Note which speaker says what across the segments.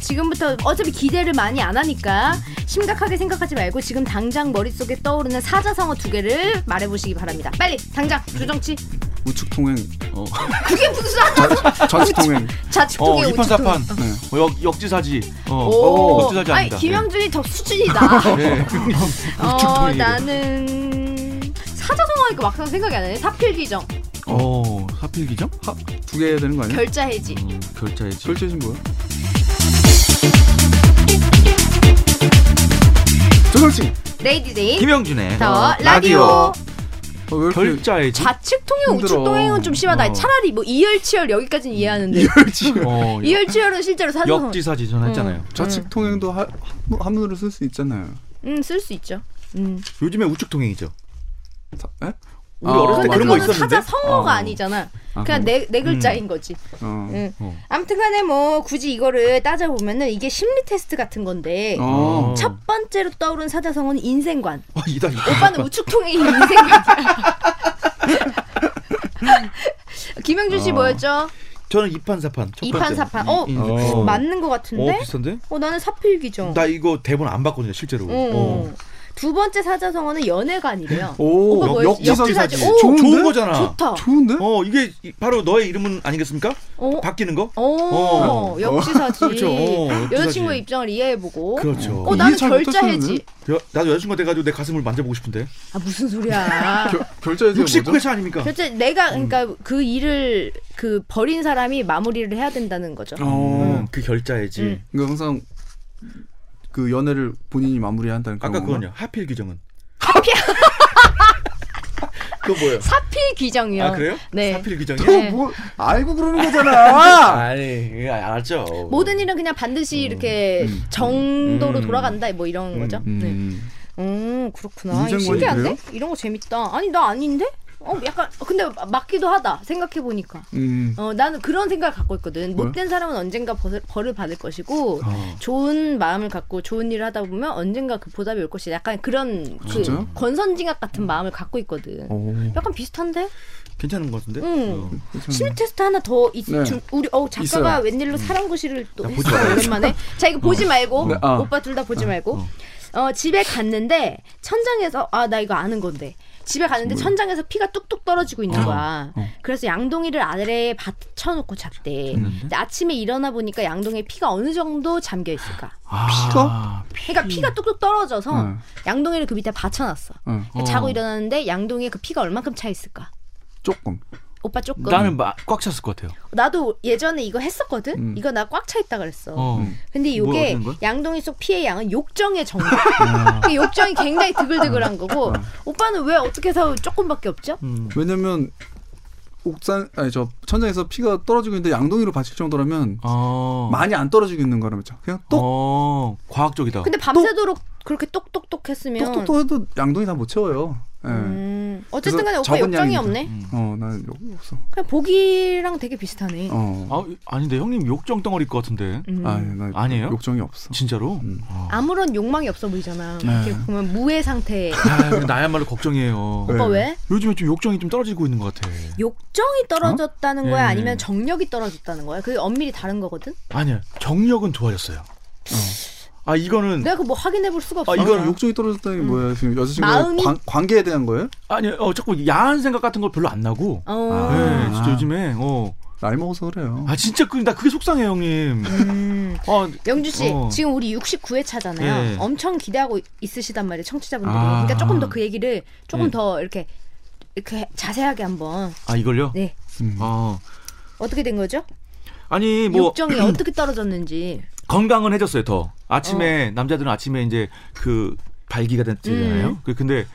Speaker 1: 지금부터 어차피 기대를 많이 안 하니까 심각하게 생각하지 말고 지금 당장 머릿속에 떠오르는 사자성어 두 개를 말해보시기 바랍니다. 빨리 당장 조정치
Speaker 2: 우측 통행, 어,
Speaker 1: 그게 무슨 사자
Speaker 2: 좌측 통행.
Speaker 1: 좌측
Speaker 3: 어,
Speaker 1: 두개
Speaker 3: 이판사판.
Speaker 2: 네.
Speaker 3: 어, 역, 역지사지. 어,
Speaker 1: 오,
Speaker 3: 역지사지
Speaker 1: 아니
Speaker 3: 아니다.
Speaker 1: 김영준이 더 수준이다.
Speaker 3: 네.
Speaker 1: 어
Speaker 3: 통일이래.
Speaker 1: 나는 사자성어 하니까 막상 생각이 안 나네. 사필귀정,
Speaker 3: 어, 사필기정?
Speaker 2: 하, 두개 해야 되는 거 아니야?
Speaker 1: 결자해지.
Speaker 3: 음, 결자이지.
Speaker 2: 결제신 뭐야? 조정치.
Speaker 1: 레이디 제인
Speaker 3: 김영준의
Speaker 1: 더
Speaker 3: 어,
Speaker 1: 라디오.
Speaker 2: 어, 왜 이렇게
Speaker 3: 결자이지.
Speaker 1: 좌측 통행, 우측
Speaker 2: 힘들어.
Speaker 1: 통행은 좀 심하다.
Speaker 3: 어.
Speaker 1: 차라리 뭐 이열치열 여기까지는 이해하는데
Speaker 2: 이열지?
Speaker 3: 어,
Speaker 1: 이열치열은 실제로 사자성어.
Speaker 3: 역지사지 전했잖아요.
Speaker 2: 좌측 통행도 하, 한- 한문으로 쓸 수 있잖아요.
Speaker 1: 음쓸 수 있죠. 음.
Speaker 3: 요즘에 우측 통행이죠.
Speaker 2: 사, 에?
Speaker 3: 우리
Speaker 2: 아,
Speaker 3: 어렸을 때
Speaker 1: 근데
Speaker 3: 그런 거
Speaker 1: 그거는
Speaker 3: 있었는데.
Speaker 1: 사자성어가
Speaker 3: 어. 음.
Speaker 1: 아니잖아.
Speaker 2: 아,
Speaker 1: 그냥
Speaker 2: 그럼-
Speaker 1: 네, 네 글자인 거지.
Speaker 2: 어.
Speaker 1: 응.
Speaker 3: 어.
Speaker 1: 아무튼간에 뭐 굳이 이거를 따져보면은 이게 심리 테스트 같은 건데
Speaker 2: 어.
Speaker 3: 어.
Speaker 1: 첫 번째로 떠오른 사자성어는 인생관.
Speaker 3: 어, 이다 이다.
Speaker 1: 오빠는 우측 통행이 인생관이야. 김영준 씨
Speaker 3: 아.
Speaker 2: 어.
Speaker 1: 뭐였죠?
Speaker 3: 저는 이판사판. 첫
Speaker 1: 이판사판.
Speaker 3: 번째. 음.
Speaker 1: 어,
Speaker 3: 이-
Speaker 2: 어.
Speaker 1: 맞는 것
Speaker 3: 어,
Speaker 1: 같은데?
Speaker 3: 비슷한데?
Speaker 1: 어, 나는 사필귀정.
Speaker 3: 나 이거 대본 안 봤거든요, 실제로.
Speaker 1: 어.
Speaker 3: 어.
Speaker 1: 두 번째 사자성어는 연애관이래요.
Speaker 2: 오,
Speaker 1: 오빠
Speaker 3: 역-
Speaker 1: 뭐였지?
Speaker 3: 역지사지.
Speaker 1: 역지사지. 오,
Speaker 2: 좋은데?
Speaker 3: 좋은 거잖아.
Speaker 1: 좋다.
Speaker 2: 좋은데?
Speaker 3: 어, 이게 이- 바로 너의 이름은 아니겠습니까?
Speaker 1: 어,
Speaker 3: 바뀌는 거?
Speaker 1: 어,
Speaker 3: 어.
Speaker 1: 역지사지.
Speaker 3: 그렇죠. 어, 역지사지.
Speaker 1: 여자친구의 입장을 이해해보고.
Speaker 3: 그렇죠.
Speaker 1: 어, 나는
Speaker 2: 이해 잘
Speaker 1: 결자해지.
Speaker 3: 여- 나도 여자친구가 돼가지고 내 가슴을 만져보고 싶은데.
Speaker 1: 아, 무슨 소리야.
Speaker 2: 결, 결제해서
Speaker 3: 69회 차 아닙니까?
Speaker 1: 결자, 내가, 그러니까
Speaker 3: 음.
Speaker 1: 그 일을, 그 버린 사람이 마무리를 해야 된다는 거죠.
Speaker 2: 어.
Speaker 3: 음, 그 결자이지.
Speaker 1: 음.
Speaker 2: 그러니까 항상 그 연애를 본인이 마무리한다는 그런
Speaker 3: 아까
Speaker 2: 건가?
Speaker 3: 그거요. 하필 규정은.
Speaker 1: 하필,
Speaker 3: 그거 뭐예요?
Speaker 1: 사필 귀정이요.
Speaker 3: 아 그래요?
Speaker 1: 네.
Speaker 3: 사필 규정이.
Speaker 2: 또
Speaker 1: 네.
Speaker 2: 뭐 알고 그러는 거잖아.
Speaker 3: 아니 이거 알았죠.
Speaker 1: 모든 일은 그냥 반드시 이렇게 정도로
Speaker 3: 음.
Speaker 1: 돌아간다 뭐 이런 거죠. 네.
Speaker 2: 음.
Speaker 1: 음 그렇구나.
Speaker 2: 인생관이
Speaker 1: 신기한데?
Speaker 2: 그래요?
Speaker 1: 이런 거 재밌다. 아니 나 아닌데? 어 약간 근데 맞기도 하다 생각해 보니까.
Speaker 2: 음.
Speaker 1: 어 나는 그런 생각을 갖고 있거든.
Speaker 2: 뭐요?
Speaker 1: 못된 사람은 언젠가 벌, 벌을 받을 것이고
Speaker 2: 네.
Speaker 3: 아.
Speaker 2: 어.
Speaker 1: 좋은 마음을 갖고 좋은 일을 하다 보면 언젠가 그 보답이 올 것이다. 약간 그런 그
Speaker 2: 진짜요? 어.
Speaker 1: 권선징악 같은 마음을 갖고 있거든.
Speaker 2: 오.
Speaker 1: 약간 비슷한데?
Speaker 3: 괜찮은 것 같은데.
Speaker 1: 응.
Speaker 3: 어.
Speaker 1: 심리 테스트 하나 더 있,
Speaker 2: 음. 네.
Speaker 1: 줄- 우리 어 작가가
Speaker 2: 있어요. 음.
Speaker 1: 웬일로 사랑구시를 또
Speaker 3: 야,
Speaker 1: 했어
Speaker 3: 보지 말아요.
Speaker 1: 오랜만에 자 이거 보지 말고
Speaker 2: 네, 아.
Speaker 1: 오빠 둘 다 보지 말고 어 집에 갔는데 천장에서 아 나 이거 아는 건데 집에 갔는데 천장에서 피가 뚝뚝 떨어지고 있는 거야 그래서 양동이를 아래에 받쳐놓고 잤대 이제 아침에 일어나 보니까 양동이에 피가 어느 정도 잠겨 있을까
Speaker 3: 어. 아,
Speaker 2: 피가?
Speaker 1: 그러니까 피가 뚝뚝 떨어져서
Speaker 2: 네.
Speaker 1: 양동이를 그 밑에 받쳐놨어
Speaker 2: 응.
Speaker 1: 그러니까 자고 일어났는데 양동이에 그 피가 얼만큼 차 있을까
Speaker 2: 조금.
Speaker 1: 오빠 조금
Speaker 3: 나는 마, 꽉 찼을 것 같아요.
Speaker 1: 나도 예전에 이거 했었거든.
Speaker 2: 음.
Speaker 1: 이거 나 꽉 차 있다 그랬어.
Speaker 3: 어.
Speaker 1: 근데
Speaker 3: 뭐가
Speaker 1: 요게
Speaker 3: 되는 거야?
Speaker 1: 양동이 속 피해 양은 욕정의 정도.
Speaker 2: 아.
Speaker 1: 그 욕정이 굉장히
Speaker 2: 어.
Speaker 1: 드글드글한 거고 오빠는 왜 어떻게 해서 조금밖에 없죠?
Speaker 3: 음.
Speaker 2: 왜냐면 옥상 아니 저 천장에서 피가 떨어지고 있는데 양동이로 받칠 정도라면
Speaker 3: 어.
Speaker 2: 많이 안 떨어지고 있는 거라면 그냥 똑
Speaker 3: 어. 과학적이다.
Speaker 1: 근데 밤새도록 그렇게 똑똑똑 했으면
Speaker 2: 똑똑똑 해도 양동이 다 못 채워요. 예.
Speaker 1: 음, 어쨌든
Speaker 2: 그래서
Speaker 1: 간에 오빠
Speaker 2: 적은
Speaker 1: 욕정이
Speaker 2: 양이죠.
Speaker 1: 없네.
Speaker 2: 어, 난 여기 없어.
Speaker 1: 그냥 보기랑 되게 비슷하네.
Speaker 2: 어.
Speaker 3: 아 아닌데 형님 욕정 덩어리일 것 같은데.
Speaker 1: 음.
Speaker 2: 아니, 나
Speaker 3: 아니에요?
Speaker 2: 욕정이 없어.
Speaker 3: 진짜로? 어.
Speaker 1: 아무런 욕망이 없어 보이잖아.
Speaker 2: 네.
Speaker 1: 이렇게 보면 무의 상태.
Speaker 3: 아, 근데 나야말로 걱정이에요.
Speaker 2: 네.
Speaker 1: 오빠 왜?
Speaker 3: 요즘에 좀 욕정이 좀 떨어지고 있는 것 같아.
Speaker 1: 욕정이 떨어졌다는 거야?
Speaker 3: 예.
Speaker 1: 아니면 정력이 떨어졌다는 거야? 그게 엄밀히 다른 거거든?
Speaker 2: 음.
Speaker 3: 아니야 정력은 좋아졌어요. 아 이거는
Speaker 1: 내가 그 뭐 확인해 볼 수가 없어.
Speaker 3: 아,
Speaker 2: 이건
Speaker 3: 이거는
Speaker 2: 욕정이 떨어졌다는 게 뭐야? 지금
Speaker 1: 마음이?
Speaker 2: 여자친구의 관, 관계에 대한 거예요?
Speaker 3: 아니 어 자꾸 야한 생각 같은 걸 별로 안 나고.
Speaker 1: 어.
Speaker 3: 네,
Speaker 2: 아.
Speaker 3: 진짜 요즘에 어.
Speaker 2: 나이 먹어서 그래요.
Speaker 3: 아 진짜 그 나 그게 속상해 형님.
Speaker 1: 음.
Speaker 3: 아
Speaker 1: 영주 씨,
Speaker 3: 어.
Speaker 1: 지금 우리 69회 차잖아요.
Speaker 3: 예.
Speaker 1: 엄청 기대하고 있으시단 말이에요, 청취자분들이.
Speaker 3: 아.
Speaker 1: 그러니까 조금 더 그 얘기를 조금
Speaker 3: 예.
Speaker 1: 더 이렇게 이렇게 자세하게 한번.
Speaker 3: 아 이걸요?
Speaker 1: 네.
Speaker 2: 음.
Speaker 3: 어
Speaker 1: 어떻게 된 거죠?
Speaker 3: 아니 뭐
Speaker 1: 욕정이 어떻게 떨어졌는지.
Speaker 3: 건강은 해졌어요 더
Speaker 1: 어.
Speaker 3: 아침에 남자들은 아침에 이제 그 발기가 됐잖아요.
Speaker 1: 음.
Speaker 3: 그 근데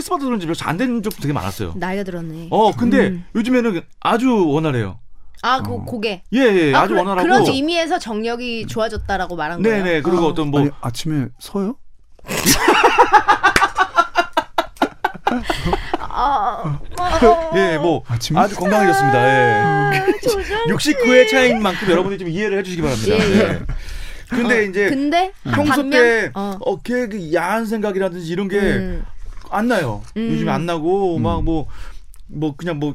Speaker 3: 스트레스 받아서 그런지 별로 안 된 적도 되게 많았어요.
Speaker 1: 나이가 들었네.
Speaker 3: 어 근데
Speaker 1: 음.
Speaker 3: 요즘에는 아주 원활해요.
Speaker 1: 아, 그 고개.
Speaker 3: 예예
Speaker 1: 아,
Speaker 3: 네, 아주
Speaker 1: 그래-
Speaker 3: 원활하고.
Speaker 1: 그런 의미에서 정력이 좋아졌다라고 말한 거예요.
Speaker 3: 네네 그리고
Speaker 1: 어.
Speaker 3: 어. 떤뭐
Speaker 2: 아니, 아침에 서요?
Speaker 1: 아, 아,
Speaker 3: 예, 뭐
Speaker 2: 아침에?
Speaker 3: 아주
Speaker 1: 음.
Speaker 3: 건강해졌습니다. 예.
Speaker 1: 조정. 네.
Speaker 3: 69회 차인 만큼 여러분이 좀 이해를 해주시기 바랍니다.
Speaker 1: 예, 예.
Speaker 3: 예. 근데 이제
Speaker 1: 어. 근데
Speaker 3: 예. 평소
Speaker 1: 반면-
Speaker 3: 때 예.
Speaker 1: 어.
Speaker 3: 어, 걔그 야한 생각이라든지 이런 게 안
Speaker 1: 음.
Speaker 3: 나요.
Speaker 1: 음.
Speaker 3: 요즘 에안 나고 막 뭐 뭐 그냥 뭐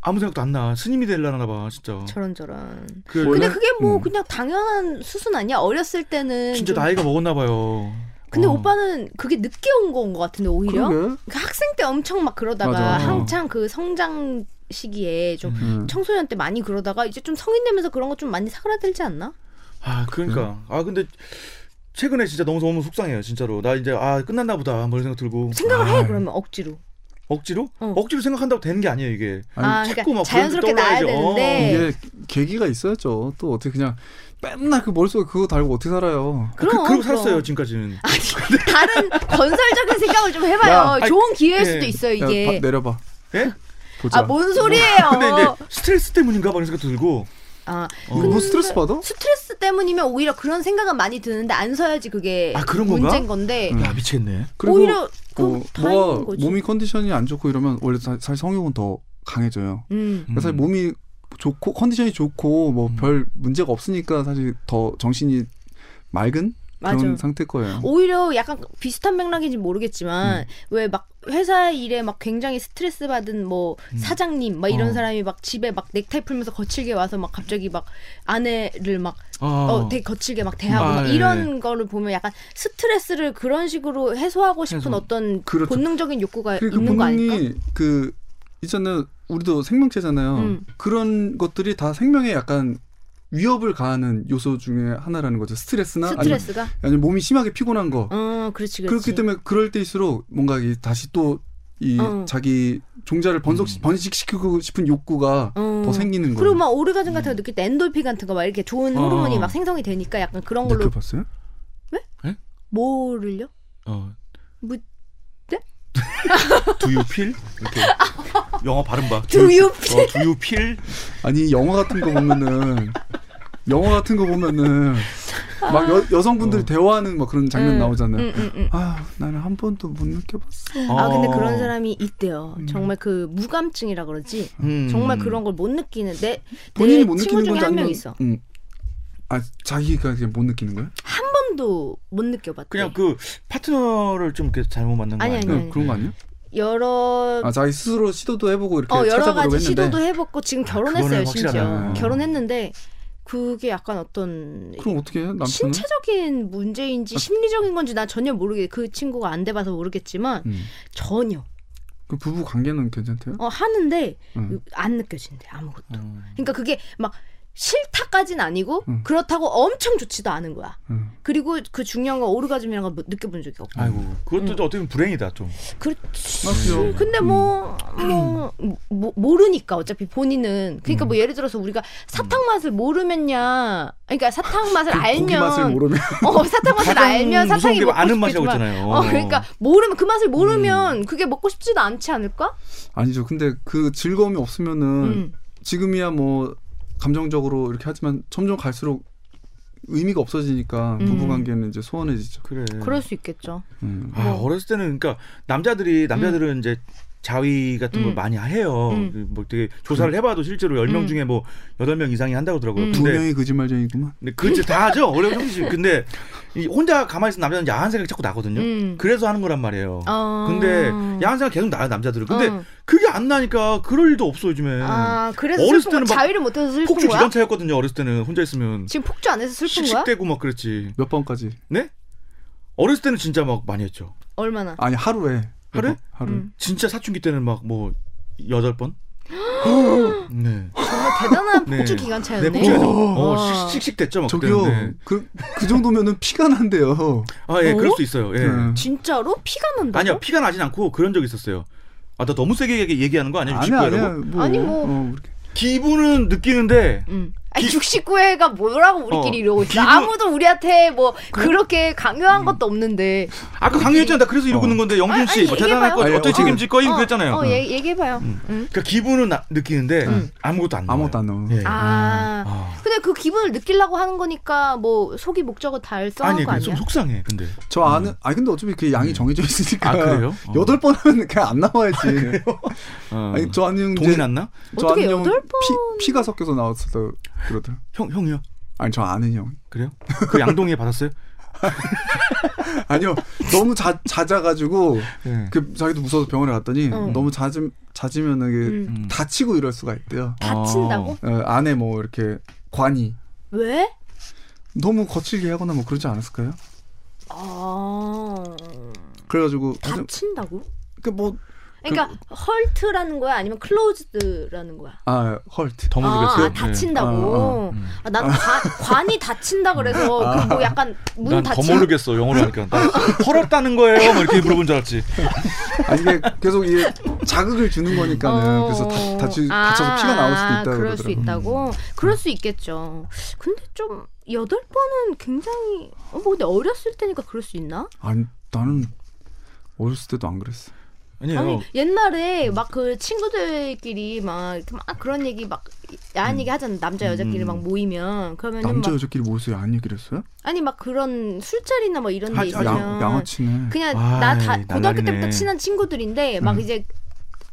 Speaker 3: 아무 생각도 안 나. 스님이 되려나 봐, 진짜.
Speaker 1: 저런 저런.
Speaker 3: 그
Speaker 1: 근데
Speaker 2: 원래-
Speaker 1: 그게 뭐
Speaker 2: 음.
Speaker 1: 그냥 당연한 수순 아니야? 어렸을 때는
Speaker 3: 진짜
Speaker 1: 좀-
Speaker 3: 나이가 먹었나 봐요.
Speaker 1: 근데
Speaker 3: 어.
Speaker 1: 오빠는 그게 늦게 온 건 것 같은데 오히려
Speaker 2: 그러게.
Speaker 1: 그 학생 때 엄청 막 그러다가
Speaker 2: 맞아.
Speaker 1: 한창 그 성장 시기에 좀
Speaker 3: 음.
Speaker 2: 음.
Speaker 1: 청소년 때 많이 그러다가 이제 좀 성인 되면서 그런 거 좀 많이 사그라들지 않나?
Speaker 3: 아, 그러니까.
Speaker 2: 음.
Speaker 3: 아, 근데 최근에 진짜 너무 너무 속상해요, 진짜로. 나 이제 아, 끝났나 보다. 뭐 이런 생각 들고.
Speaker 1: 생각을
Speaker 3: 아,
Speaker 1: 해 그러면 억지로.
Speaker 3: 억지로?
Speaker 1: 어.
Speaker 3: 억지로 생각한다고 되는 게 아니에요, 이게.
Speaker 2: 아니,
Speaker 1: 아
Speaker 3: 자꾸
Speaker 1: 그러니까
Speaker 3: 막
Speaker 1: 자연스럽게
Speaker 3: 그런 데
Speaker 1: 나야
Speaker 3: 떠올라야죠.
Speaker 1: 되는데
Speaker 2: 어, 이게 계기가 있어야죠. 또 어떻게 그냥 맨날 그 머릿속에 그거 달고 어떻게 살아요.
Speaker 1: 그럼
Speaker 3: 그, 그러고
Speaker 1: 그럼.
Speaker 3: 살았어요, 지금까지는.
Speaker 1: 아니 다른 건설적인 생각을 좀 해봐요.
Speaker 2: 야,
Speaker 3: 아니,
Speaker 1: 좋은 기회일
Speaker 3: 예.
Speaker 1: 수도 있어요
Speaker 2: 야,
Speaker 1: 이게.
Speaker 2: 바- 내려봐.
Speaker 3: 예?
Speaker 2: 보자.
Speaker 1: 아 뭔 소리예요?
Speaker 3: 근데 이제 스트레스 때문인가 봐 이런 생각도 들고.
Speaker 1: 아
Speaker 3: 어.
Speaker 2: 뭐 스트레스 받아?
Speaker 1: 스트레스 때문이면 오히려 그런 생각은 많이 드는데 안 서야지 그게
Speaker 3: 아, 그런 건가?
Speaker 1: 문제인 건데
Speaker 2: 음.
Speaker 3: 야, 미치겠네.
Speaker 2: 그리고
Speaker 1: 오히려 그건
Speaker 2: 어,
Speaker 1: 다행인
Speaker 2: 뭐가
Speaker 1: 거지.
Speaker 2: 몸이 컨디션이 안 좋고 이러면 원래 사- 사실 성욕은 더 강해져요.
Speaker 1: 음.
Speaker 2: 그러니까 사실 몸이 좋고 컨디션이 좋고 뭐
Speaker 3: 음.
Speaker 2: 별 문제가 없으니까 사실 더 정신이 맑은
Speaker 1: 맞아.
Speaker 2: 그런 상태일 거예요.
Speaker 1: 오히려 약간 비슷한 맥락인지
Speaker 2: 음.
Speaker 1: 모르겠지만 왜 막 회사 일에 막 굉장히 스트레스 받은 뭐
Speaker 2: 음.
Speaker 1: 사장님 막 이런
Speaker 3: 어.
Speaker 1: 사람이 막 집에 막 넥타이 풀면서 거칠게 와서 막 갑자기 막 아내를 막
Speaker 3: 어.
Speaker 1: 어, 되게 거칠게 막 대하고
Speaker 3: 아,
Speaker 1: 막
Speaker 3: 예.
Speaker 1: 이런 거를 보면 약간 스트레스를 그런 식으로 해소하고 싶은
Speaker 3: 해소.
Speaker 1: 어떤
Speaker 2: 그렇죠.
Speaker 1: 본능적인 욕구가
Speaker 2: 그리고 그
Speaker 1: 있는 거 아닐까?
Speaker 2: 본능이 그 있잖아요. 우리도 생명체잖아요.
Speaker 1: 음.
Speaker 2: 그런 것들이 다 생명에 약간 위협을 가하는 요소 중에 하나라는 거죠. 스트레스나 아니면,
Speaker 1: 스트레스가
Speaker 2: 아니면 몸이 심하게 피곤한 거.
Speaker 1: 어 그렇지
Speaker 2: 그렇기
Speaker 1: 그렇지
Speaker 2: 때문에 그럴 때일수록 뭔가 이 다시 또 이
Speaker 1: 어.
Speaker 2: 자기 종자를 번속
Speaker 3: 음.
Speaker 2: 번식시키고 싶은 욕구가
Speaker 1: 어.
Speaker 2: 더 생기는 거예요. 아.
Speaker 1: 그리고 막 오르가즘 같은 거 느낄 때 엔돌핀 같은 거 막 이렇게 좋은
Speaker 3: 어.
Speaker 1: 호르몬이 막 생성이 되니까 약간 그런 걸로
Speaker 2: 느껴봤어요?
Speaker 1: 뭐를요?
Speaker 3: 어.
Speaker 1: 뭐- 네?
Speaker 3: Do you feel? 이렇게 영어 발음 봐.
Speaker 1: Do you feel?
Speaker 3: 어, do you feel?
Speaker 2: 아니 영화 같은 거 보면은 영화 같은 거 보면은 막 여, 성분들이
Speaker 3: 어.
Speaker 2: 대화하는 막 그런 장면
Speaker 1: 아. 음,
Speaker 2: 나오잖아요.
Speaker 1: 음, 음, 음.
Speaker 2: 아 나는 한 번도 못 느껴봤어.
Speaker 1: 아 근데
Speaker 3: 어.
Speaker 1: 그런 사람이 있대요.
Speaker 2: 음.
Speaker 1: 정말 그 무감증이라 그러지.
Speaker 3: 음.
Speaker 1: 정말 그런 걸 못 느끼는 내,
Speaker 2: 본인이
Speaker 1: 내
Speaker 2: 못
Speaker 1: 친구
Speaker 2: 느끼는
Speaker 1: 중에
Speaker 2: 건지
Speaker 1: 한 명
Speaker 2: 아니면
Speaker 1: 있어.
Speaker 2: 음. 아 자기가 그냥 못 느끼는 거야?
Speaker 1: 한 번도 못 느껴봤대.
Speaker 3: 그냥 그 파트너를 좀 이렇게 잘못 만난 거
Speaker 1: 아니,
Speaker 3: 아니,
Speaker 1: 아니,
Speaker 3: 야
Speaker 2: 네,
Speaker 1: 아니.
Speaker 2: 그런 거 아니야?
Speaker 1: 여러
Speaker 2: 아 자기 스스로 시도도 해보고 이렇게
Speaker 1: 어 여러
Speaker 2: 찾아보려고
Speaker 1: 가지
Speaker 2: 했는데 음.
Speaker 1: 시도도 해봤고 지금 결혼했어요
Speaker 3: 그거는
Speaker 1: 심지어
Speaker 3: 확실하다.
Speaker 1: 결혼했는데 그게 약간 어떤
Speaker 2: 그럼 어떻게 해? 남편은?
Speaker 1: 신체적인 문제인지 심리적인 건지 나 전혀 모르게 그 친구가 안 돼봐서 모르겠지만
Speaker 2: 음.
Speaker 1: 전혀
Speaker 2: 그 부부 관계는 괜찮대요?
Speaker 1: 어, 하는데
Speaker 2: 음.
Speaker 1: 안 느껴진대 아무것도. 그러니까 그게 막 싫다까진 아니고
Speaker 2: 음.
Speaker 1: 그렇다고 엄청 좋지도 않은 거야.
Speaker 2: 음.
Speaker 1: 그리고 그 중요한 건 오르가즘이라는 걸 못- 느껴본 적이 없고.
Speaker 3: 아이고
Speaker 1: 음.
Speaker 3: 그것도 좀 어떻게 보면 불행이다 좀.
Speaker 1: 아, 그렇지.
Speaker 2: 맞죠.
Speaker 1: 근데 뭐, 뭐, 뭐 모르니까 어차피 본인은 그러니까 뭐 예를 들어서 우리가 사탕 맛을 모르면야 그러니까 사탕 맛을
Speaker 2: 고기
Speaker 1: 알면
Speaker 2: 맛을 모르면
Speaker 1: 어 사탕 맛을
Speaker 3: 가장
Speaker 1: 알면
Speaker 3: 무서운
Speaker 1: 사탕이 뭐
Speaker 3: 게
Speaker 1: 먹고
Speaker 3: 아는
Speaker 1: 싶겠지만
Speaker 3: 맛이라고 했잖아요.
Speaker 1: 어 그러니까 모르면 그 맛을 모르면
Speaker 3: 음.
Speaker 1: 그게 먹고 싶지도 않지 않을까?
Speaker 2: 아니죠. 근데 그 즐거움이 없으면은
Speaker 1: 음.
Speaker 2: 지금이야 뭐 감정적으로 이렇게 하지만 점점 갈수록 의미가 없어지니까
Speaker 1: 음.
Speaker 2: 부부 관계는 이제 소원해지죠.
Speaker 3: 그래.
Speaker 1: 그럴 수 있겠죠.
Speaker 2: 음.
Speaker 3: 아,
Speaker 1: 뭐.
Speaker 3: 어렸을 때는 그러니까 남자들이 남자들은 이제 자위 같은 걸
Speaker 1: 음.
Speaker 3: 많이 해요.
Speaker 1: 음.
Speaker 3: 그뭐 되게 조사를 해봐도 실제로 열 명
Speaker 1: 음.
Speaker 3: 중에 뭐 여덟 명 이상이 한다고 하더라고요.
Speaker 1: 음.
Speaker 2: 두
Speaker 3: 근데
Speaker 2: 명이 거짓말쟁이구만.
Speaker 3: 근데 그치 다 하죠. 원래 형식. 근데 이 혼자 가만히 있는 남자는 야한 생각이 자꾸 나거든요.
Speaker 1: 음.
Speaker 3: 그래서 하는 거란 말이에요.
Speaker 1: 어.
Speaker 3: 근데 야한 생각 계속 나요 남자들은. 근데
Speaker 1: 어.
Speaker 3: 그게 안 나니까 그럴 일도 없어 요즘에.
Speaker 1: 아 그래서
Speaker 3: 어렸을
Speaker 1: 슬픈 거야?
Speaker 3: 때는 막
Speaker 1: 자위를 못해서 슬픈
Speaker 3: 폭주
Speaker 1: 거야?
Speaker 3: 기관차였거든요 어렸을 때는 혼자 있으면
Speaker 1: 지금 폭주 안 해서 슬픈 거야?
Speaker 3: 씩씩대고 막 그랬지.
Speaker 2: 몇 번까지?
Speaker 3: 네? 어렸을 때는 진짜 막 많이 했죠.
Speaker 1: 얼마나?
Speaker 2: 아니 하루에.
Speaker 3: 하루에?
Speaker 2: 몇 번? 하루.
Speaker 1: 음.
Speaker 3: 진짜 사춘기 때는 막 뭐 여덟 번. 네.
Speaker 1: 정말 아, 대단한
Speaker 3: 네.
Speaker 1: 폭주 기관차였네.
Speaker 3: 네, 폭주가 좀- 어,
Speaker 1: 와.
Speaker 3: 씩- 씩씩댔죠, 막
Speaker 2: 저기요.
Speaker 3: 그때는. 네.
Speaker 2: 그, 그 정도면은 피가 난대요.
Speaker 3: 아, 예,
Speaker 1: 어?
Speaker 3: 그럴 수 있어요. 예.
Speaker 2: 네.
Speaker 1: 진짜로 피가 난다.
Speaker 3: 아니요, 피가 나진 않고 그런 적 있었어요. 아, 나 너무 세게 얘기, 얘기하는 거 아니야?
Speaker 2: 아니야 아니야.
Speaker 3: 69회라고?
Speaker 2: 뭐,
Speaker 1: 아니, 뭐.
Speaker 2: 어, 이렇게.
Speaker 3: 기분은 느끼는데
Speaker 1: 음. 아니 69회가 뭐라고 우리끼리
Speaker 3: 어,
Speaker 1: 이러고 있어.
Speaker 3: 기분-
Speaker 1: 아무도 우리한테 뭐 그렇게
Speaker 3: 음.
Speaker 1: 강요한 것도 없는데.
Speaker 3: 아까 강요했잖아. 나 그래서
Speaker 2: 어.
Speaker 3: 이러고 있는 건데 영준
Speaker 1: 아니,
Speaker 3: 씨, 뭐
Speaker 1: 얘기해봐요.
Speaker 3: 자살할 거
Speaker 2: 아니,
Speaker 3: 어떻게
Speaker 2: 어,
Speaker 3: 책임질 거임
Speaker 1: 어,
Speaker 3: 그랬잖아요.
Speaker 1: 어, 얘, 얘기해봐요.
Speaker 3: 음.
Speaker 1: 응?
Speaker 3: 그러니까 기분은 나- 느끼는데
Speaker 2: 음.
Speaker 3: 아무것도 안 나와요.
Speaker 2: 아무것도 안 나오는.
Speaker 3: 예.
Speaker 1: 아.
Speaker 3: 아.
Speaker 1: 근데 그 기분을 느끼려고 하는 거니까 뭐 속이 목적을 달성한
Speaker 3: 아니,
Speaker 1: 거
Speaker 3: 그게
Speaker 1: 아니야?
Speaker 3: 좀 속상해. 근데.
Speaker 2: 저 아는 아니 근데 어차피 그 양이 정해져 있으니까
Speaker 3: 음. 아, 그래요? 어.
Speaker 2: 여덟 번 하면 그냥 안 나와야지.
Speaker 3: 어.
Speaker 2: 아니 저 아는
Speaker 3: 동이 났나?
Speaker 2: 저
Speaker 1: 어떻게
Speaker 2: 아는 형은
Speaker 1: 여덟
Speaker 2: 피, 피가 섞여서 나왔을 때 그러더라.
Speaker 3: 형 형이요?
Speaker 2: 아니 저 아는 형.
Speaker 3: 그래요? 그 양동이에 받았어요?
Speaker 2: 아니요. 너무 자, 잦아가지고
Speaker 3: 네.
Speaker 2: 그 자기도 무서워서 병원에 갔더니
Speaker 1: 어.
Speaker 2: 너무 잦음 잦으면 이게
Speaker 1: 음.
Speaker 3: 음.
Speaker 2: 다치고 이럴 수가 있대요.
Speaker 1: 다친다고?
Speaker 3: 어.
Speaker 2: 어, 안에 뭐 이렇게 관이
Speaker 1: 왜?
Speaker 2: 너무 거칠게 하거나 뭐 그러지 않았을까요?
Speaker 1: 아
Speaker 2: 그래가지고
Speaker 1: 다친다고?
Speaker 2: 그뭐아
Speaker 1: 그러니까 헐트라는 거야 아니면 클로즈드라는 거야?
Speaker 2: 아, 헐트
Speaker 3: 더 모르겠어요.
Speaker 1: 아,
Speaker 2: 네.
Speaker 1: 아, 다친다고.
Speaker 2: 어, 어,
Speaker 3: 음.
Speaker 1: 아, 난 관, 관이 다친다 그래서
Speaker 2: 아.
Speaker 1: 그 뭐 약간 문
Speaker 3: 난더
Speaker 1: 닫힌
Speaker 3: 모르겠어 영어로 하니까 나 헐었다는 거예요 막 이렇게 물어본 줄 알았지
Speaker 2: 아 이게 계속 이게 자극을 주는 거니까는
Speaker 1: 어.
Speaker 2: 그래서 다, 다치
Speaker 1: 아,
Speaker 2: 다쳐서 피가 나올 수도 있다
Speaker 1: 그럴 수
Speaker 2: 그러더라고요. 음.
Speaker 1: 있다고. 그럴 수 있겠죠. 근데 좀 여덟 번은 굉장히 어, 뭐 근데 어렸을 때니까 그럴 수 있나?
Speaker 2: 아니 나는 어렸을 때도 안 그랬어.
Speaker 3: 아니에요
Speaker 1: 아니 옛날에 막 그 친구들끼리 막, 이렇게 막 그런 얘기 막 야한 얘기 하잖아 남자 여자끼리
Speaker 3: 음.
Speaker 1: 막 모이면 그러면은
Speaker 2: 남자
Speaker 1: 막
Speaker 2: 여자끼리 모여서 안 얘기를 했어요? 아니,
Speaker 1: 아니 막 그런 술자리나 뭐 이런 데
Speaker 2: 양,
Speaker 1: 있으면
Speaker 2: 양아치네.
Speaker 1: 그냥
Speaker 3: 아이,
Speaker 1: 나 다 고등학교
Speaker 3: 날라리네.
Speaker 1: 때부터 친한 친구들인데 막
Speaker 2: 음.
Speaker 1: 이제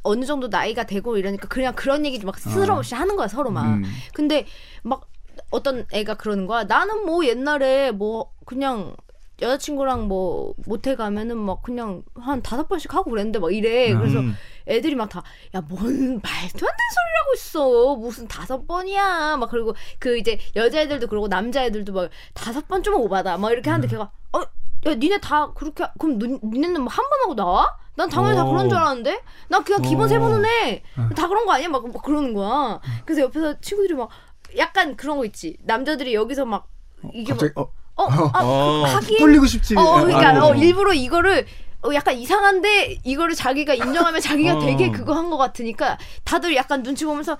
Speaker 1: 어느 정도 나이가 되고 이러니까 그냥 그런 얘기 막 스스럼없이 하는 거야 서로 막
Speaker 2: 아. 음.
Speaker 1: 근데 막 어떤 애가 그러는 거야 나는 뭐 옛날에 뭐 그냥 여자친구랑 뭐 모텔 가면은 막 그냥 한 다섯 번씩 하고 그랬는데 막 이래 그래서
Speaker 3: 음.
Speaker 1: 애들이 막 다 야 뭔 말도 안 되는 소리를 하고 있어 무슨 다섯 번이야 막 그리고 그 이제 여자애들도 그러고 남자애들도 막 다섯 번 좀 오바다 막 이렇게
Speaker 2: 음.
Speaker 1: 하는데 걔가 어야 니네 다 그렇게 하- 그럼 눈, 니네는 뭐 한 번 하고 나와? 난 당연히 다
Speaker 2: 어.
Speaker 3: 오.
Speaker 1: 그런 줄 알았는데 난 그냥 기본 세
Speaker 3: 오.
Speaker 1: 번은 해다 그런 거 아니야 막, 막 그러는 거야
Speaker 2: 음.
Speaker 1: 그래서 옆에서 친구들이 막 약간 그런 거 있지 남자들이 여기서 막 이게
Speaker 2: 갑자기 어,
Speaker 1: 막어 아,
Speaker 3: 어.
Speaker 1: 하긴
Speaker 2: 뚫리고 싶지.
Speaker 1: 어, 그러니까
Speaker 2: 아니,
Speaker 1: 어,
Speaker 3: 음.
Speaker 1: 일부러 이거를 어, 약간 이상한데 이거를 자기가 인정하면 자기가
Speaker 3: 어.
Speaker 1: 되게 그거 한 것 같으니까 다들 약간 눈치 보면서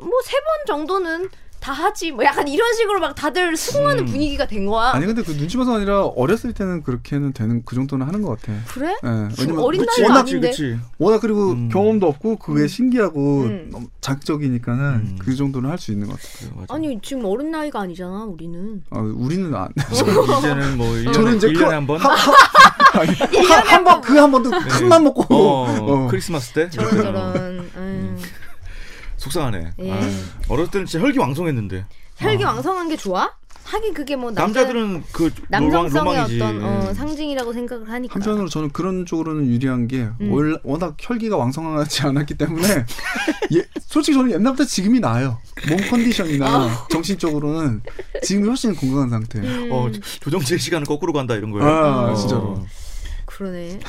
Speaker 1: 뭐 세 번 정도는 다 하지 뭐 약간 이런 식으로 막 다들 수긍하는
Speaker 3: 음.
Speaker 1: 분위기가 된 거야.
Speaker 2: 아니 근데 그 눈치 봐서 아니라 어렸을 때는 그렇게는 되는 그 정도는 하는 것 같아.
Speaker 1: 그래?
Speaker 2: 예, 왜냐면
Speaker 1: 어린
Speaker 2: 그-
Speaker 1: 나이가
Speaker 2: 워낙
Speaker 1: 아니- 아닌데.
Speaker 3: 그치
Speaker 2: 워낙 그리고
Speaker 3: 음.
Speaker 2: 경험도 없고 그게 신기하고
Speaker 1: 음.
Speaker 2: 너무 자극적이니까는
Speaker 3: 음.
Speaker 2: 그 정도는 할 수 있는 것 같아.
Speaker 3: 그치. 맞아.
Speaker 1: 아니 지금 어른 나이가 아니잖아 우리는.
Speaker 2: 아, 우리는 안.
Speaker 3: 이제는 뭐 1년에,
Speaker 2: 저는 이제 그-
Speaker 3: 한번 네.
Speaker 2: 한번 그 한 번도 큰맘 먹고.
Speaker 3: 어,
Speaker 2: 어.
Speaker 3: 크리스마스 때
Speaker 1: 저런
Speaker 3: 이렇게.
Speaker 1: 저런. 음.
Speaker 3: 속상하네
Speaker 1: 예.
Speaker 3: 아유, 어렸을 때는 진짜 혈기왕성했는데
Speaker 1: 혈기왕성한 게 좋아? 하긴 그게 뭐 남자,
Speaker 3: 남자들은 그 로망,
Speaker 1: 남성성의
Speaker 3: 로망이지 음. 예.
Speaker 1: 어떤 어, 상징이라고 생각을 하니까.
Speaker 2: 한편으로 저는 그런 쪽으로는 유리한 게 월- 워낙 혈기가 왕성하지 않았기 때문에 예, 솔직히 저는 옛날보다 지금이 나아요. 몸 컨디션이나 정신적으로는 지금이 훨씬 건강한 상태예요.
Speaker 1: 음,
Speaker 3: 어, 조정지의 시간은 거꾸로 간다 이런 거예요
Speaker 2: 아
Speaker 1: 어.
Speaker 2: 진짜로.
Speaker 1: 그러네.